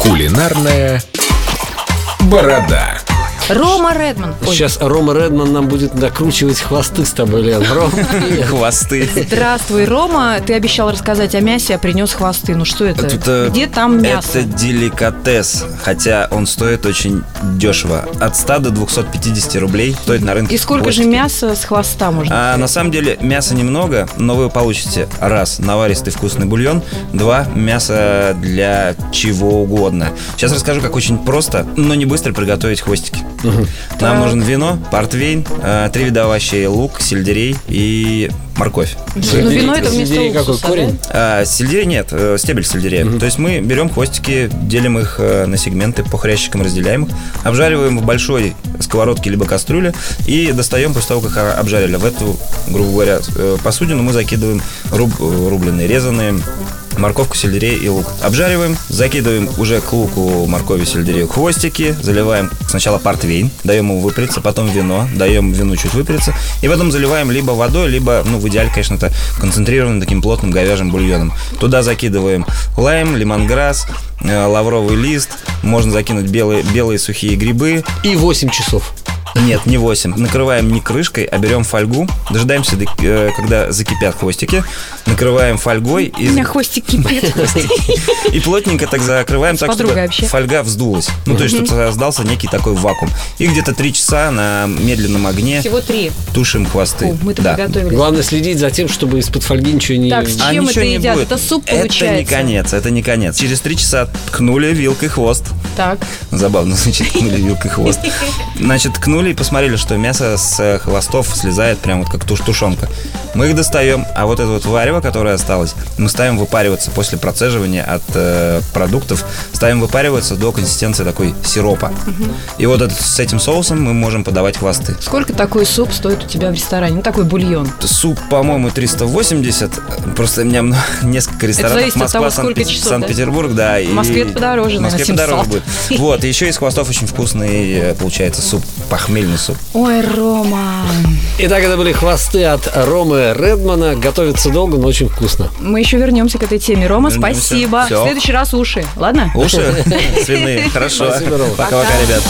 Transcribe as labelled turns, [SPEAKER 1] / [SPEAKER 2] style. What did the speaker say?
[SPEAKER 1] Кулинарная борода.
[SPEAKER 2] Рома Редман. Ой,
[SPEAKER 3] Сейчас Рома Редман нам будет накручивать хвосты с тобой, Лен. Ром, привет.
[SPEAKER 4] Хвосты.
[SPEAKER 2] Здравствуй, Рома. Ты обещал рассказать о мясе, а принес хвосты. Ну что это?
[SPEAKER 4] Это-
[SPEAKER 2] Где там мясо?
[SPEAKER 4] А э, Это деликатес, хотя он стоит очень дешево. От 100 до 250 рублей стоит на рынке.
[SPEAKER 2] И сколько же
[SPEAKER 4] хвостики.
[SPEAKER 2] мяса с хвоста можно?
[SPEAKER 4] А, на самом деле мяса немного, но вы получите раз наваристый вкусный бульон, два мясо для чего угодно. Сейчас расскажу, как очень просто, но не быстро приготовить хвостики. Нам нужен вино, портвейн, а, три вида овощей, лук, сельдерей и морковь.
[SPEAKER 2] Ну, вино это вместо
[SPEAKER 3] Сельдерей какой,
[SPEAKER 2] уксуса,
[SPEAKER 3] корень?
[SPEAKER 4] А, сельдерей нет, э, стебель сельдерея. То есть мы берем хвостики, делим их э, на сегменты, по хрящикам разделяем их, обжариваем в большой сковородке либо кастрюле и достаем после того, как а, обжарили. В эту, грубо говоря, э, посудину мы закидываем руб- э, рубленые, резанные морковку, сельдерей и лук. Обжариваем, закидываем уже к луку, моркови, сельдерею хвостики, заливаем сначала портвейн, даем ему выпариться, потом вино, даем вину чуть выпариться, и потом заливаем либо водой, либо, ну, в идеале, конечно, это концентрированным таким плотным говяжьим бульоном. Туда закидываем лайм, лимонграсс, э, лавровый лист, можно закинуть белые, белые сухие грибы,
[SPEAKER 3] И 8 часов.
[SPEAKER 4] нет, не 8. Накрываем не крышкой, а берем фольгу. Дожидаемся, до- э, когда закипят хвостики. Накрываем фольгой
[SPEAKER 2] У
[SPEAKER 4] и,
[SPEAKER 2] меня хвостик кипит.
[SPEAKER 4] и плотненько так закрываем, так, чтобы
[SPEAKER 2] подругой вообще.
[SPEAKER 4] фольга вздулась. Ну, то есть, чтобы создался некий такой вакуум. И где-то 3 часа на медленном огне
[SPEAKER 2] Всего три.
[SPEAKER 4] тушим хвосты.
[SPEAKER 2] О, мы-то
[SPEAKER 4] Да.
[SPEAKER 2] приготовили.
[SPEAKER 3] Главное следить за тем, чтобы из-под фольги ничего не...
[SPEAKER 2] Так, с
[SPEAKER 4] А
[SPEAKER 2] Чем
[SPEAKER 4] ничего
[SPEAKER 2] это
[SPEAKER 4] не
[SPEAKER 2] едят?
[SPEAKER 4] будет.
[SPEAKER 2] Это суп
[SPEAKER 4] Это не
[SPEAKER 2] получается.
[SPEAKER 4] конец, это не конец. Через 3 часа ткнули вилкой хвост.
[SPEAKER 2] Так.
[SPEAKER 4] Забавно звучит, ткнули вилкой хвост. Значит, ткнули и посмотрели, что мясо с э, хвостов слезает прям вот как туш тушенка. Мы их достаем, а вот это вот варево, которое осталось, мы ставим выпариваться после процеживания от э, продуктов, ставим выпариваться до консистенции такой сиропа. И вот этот- с этим соусом мы можем подавать хвосты.
[SPEAKER 2] Сколько такой суп стоит у тебя в ресторане? Ну, такой бульон.
[SPEAKER 4] Суп, по-моему, 380. Просто у меня мно- несколько ресторанов.
[SPEAKER 2] зависит от того,
[SPEAKER 4] Москва,
[SPEAKER 2] сколько
[SPEAKER 4] Санкт-
[SPEAKER 2] часов, да?
[SPEAKER 4] Санкт-Петербург, да. и-
[SPEAKER 2] В Москве это подороже,
[SPEAKER 4] В
[SPEAKER 2] наверное,
[SPEAKER 4] Москве
[SPEAKER 2] 700.
[SPEAKER 4] подороже будет. Вот, и еще из хвостов очень вкусный э, получается суп, похмельный суп.
[SPEAKER 2] Ой, Рома.
[SPEAKER 3] Итак, это были хвосты от Ромы Редмана. Готовится долго, но очень вкусно.
[SPEAKER 2] Мы еще вернемся к этой теме. Рома,
[SPEAKER 4] Вернемся.
[SPEAKER 2] спасибо. В
[SPEAKER 4] Всё.
[SPEAKER 2] следующий раз уши. Ладно?
[SPEAKER 4] Уши свиные, хорошо.
[SPEAKER 3] Спасибо, Рома.
[SPEAKER 4] Пока-пока, ребят.